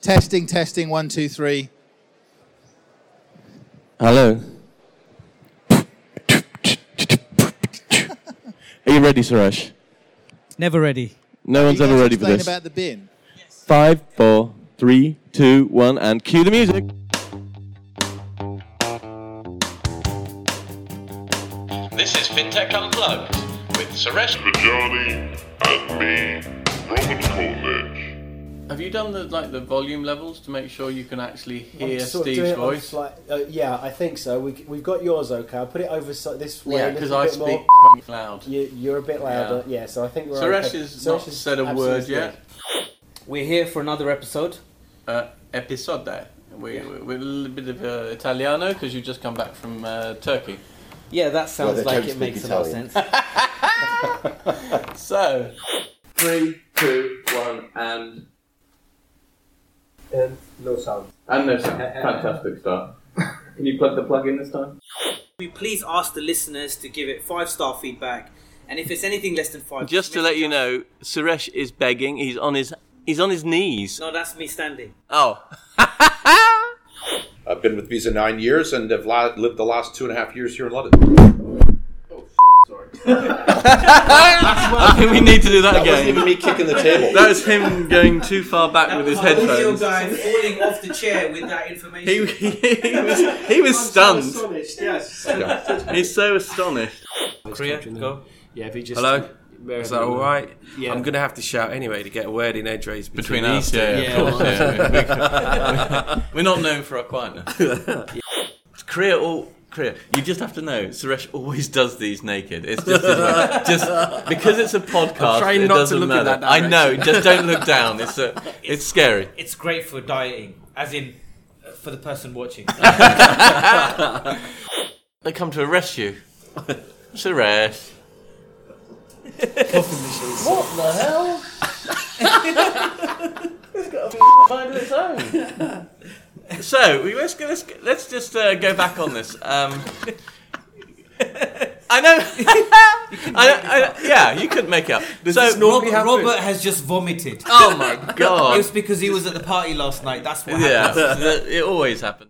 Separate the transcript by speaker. Speaker 1: Testing, testing, one, two, three.
Speaker 2: Hello. Are you ready, Suresh?
Speaker 3: Never ready.
Speaker 2: No one's
Speaker 1: You guys
Speaker 2: ever ready for
Speaker 1: explain
Speaker 2: this.
Speaker 1: about the bin.
Speaker 2: Five, four, three, two, one, and cue the music.
Speaker 4: This is FinTech Unplugged with Suresh.
Speaker 5: Vajani and me, Robert Cornick.
Speaker 4: Have you done the like the volume levels to make sure you can actually
Speaker 6: I'm
Speaker 4: hear
Speaker 6: sort of
Speaker 4: Steve's
Speaker 6: doing it on
Speaker 4: voice?
Speaker 6: slight- uh, yeah, I think so. We, we've got yours okay. I'll put it over so, this way.
Speaker 4: Yeah,
Speaker 6: a
Speaker 4: because
Speaker 6: little
Speaker 4: I
Speaker 6: bit
Speaker 4: speak
Speaker 6: More.
Speaker 4: f***ing loud.
Speaker 6: You, you're a bit louder. Yeah, so I think we're
Speaker 4: Suresh
Speaker 6: okay.
Speaker 4: has not
Speaker 6: has
Speaker 4: said a
Speaker 6: absolutely
Speaker 4: word yet.
Speaker 7: We're here for another episode.
Speaker 4: Uh, episode. We, we- We're a little bit of uh, Italiano because you just come back from uh, Turkey.
Speaker 7: Yeah, that sounds
Speaker 8: they
Speaker 7: like
Speaker 8: don't
Speaker 7: it
Speaker 8: speak
Speaker 7: makes a lot of
Speaker 8: Italian.
Speaker 7: sense.
Speaker 4: So,
Speaker 9: Three, two, one, and
Speaker 10: and no sound.
Speaker 4: and no sound. Fantastic start. Can you plug the plug in this time?
Speaker 7: We please ask the listeners to give it five star feedback, and if it's anything less than five,
Speaker 4: Just to let you know, Suresh is begging. He's on his he's on his knees.
Speaker 7: no, that's me standing.
Speaker 4: Oh,
Speaker 8: I've been with Visa nine years and have la- lived the last two and a half years here in London.
Speaker 4: I think we need to do that,
Speaker 8: That wasn't
Speaker 4: again.
Speaker 8: even me kicking the table.
Speaker 4: That was him going too far back with his
Speaker 7: Audio
Speaker 4: headphones.
Speaker 7: guy falling off the chair with that information.
Speaker 4: He, he, was, he was stunned.
Speaker 10: yes.
Speaker 4: He's so astonished.
Speaker 11: Korea, go.
Speaker 10: Yeah, if he just.
Speaker 11: Hello?
Speaker 10: Wherever
Speaker 11: Is that
Speaker 10: you
Speaker 11: all
Speaker 10: are.
Speaker 11: right?
Speaker 10: Yeah.
Speaker 11: I'm going to have to shout anyway to get a word in edgeways between,
Speaker 4: Between us,
Speaker 11: these
Speaker 4: yeah,
Speaker 11: two.
Speaker 4: yeah, of course. yeah, we- we- We're not known for our quietness. Korea, all Korea. You just have to know. Suresh always does these naked. It's just, his way. just because it's a podcast.
Speaker 11: I'm trying
Speaker 4: it
Speaker 11: not to
Speaker 4: doesn't
Speaker 11: look in
Speaker 4: matter.
Speaker 11: that
Speaker 4: I know. Just don't look down. It's a, it's scary.
Speaker 7: It's great for dieting, as in uh, for the person watching.
Speaker 4: They come to arrest you, Suresh.
Speaker 6: What the hell?
Speaker 4: mind of its own. so we let's go- let's go- let's just uh, go back on this. Um, I know. I, I, yeah, you could make it up. so
Speaker 11: this normally
Speaker 7: Rob-
Speaker 11: happen?
Speaker 7: Robert has just vomited.
Speaker 4: oh my
Speaker 7: It
Speaker 4: god!
Speaker 7: was because he was at the party last night. That's what
Speaker 4: yeah,
Speaker 7: happened.
Speaker 4: that- it always happens.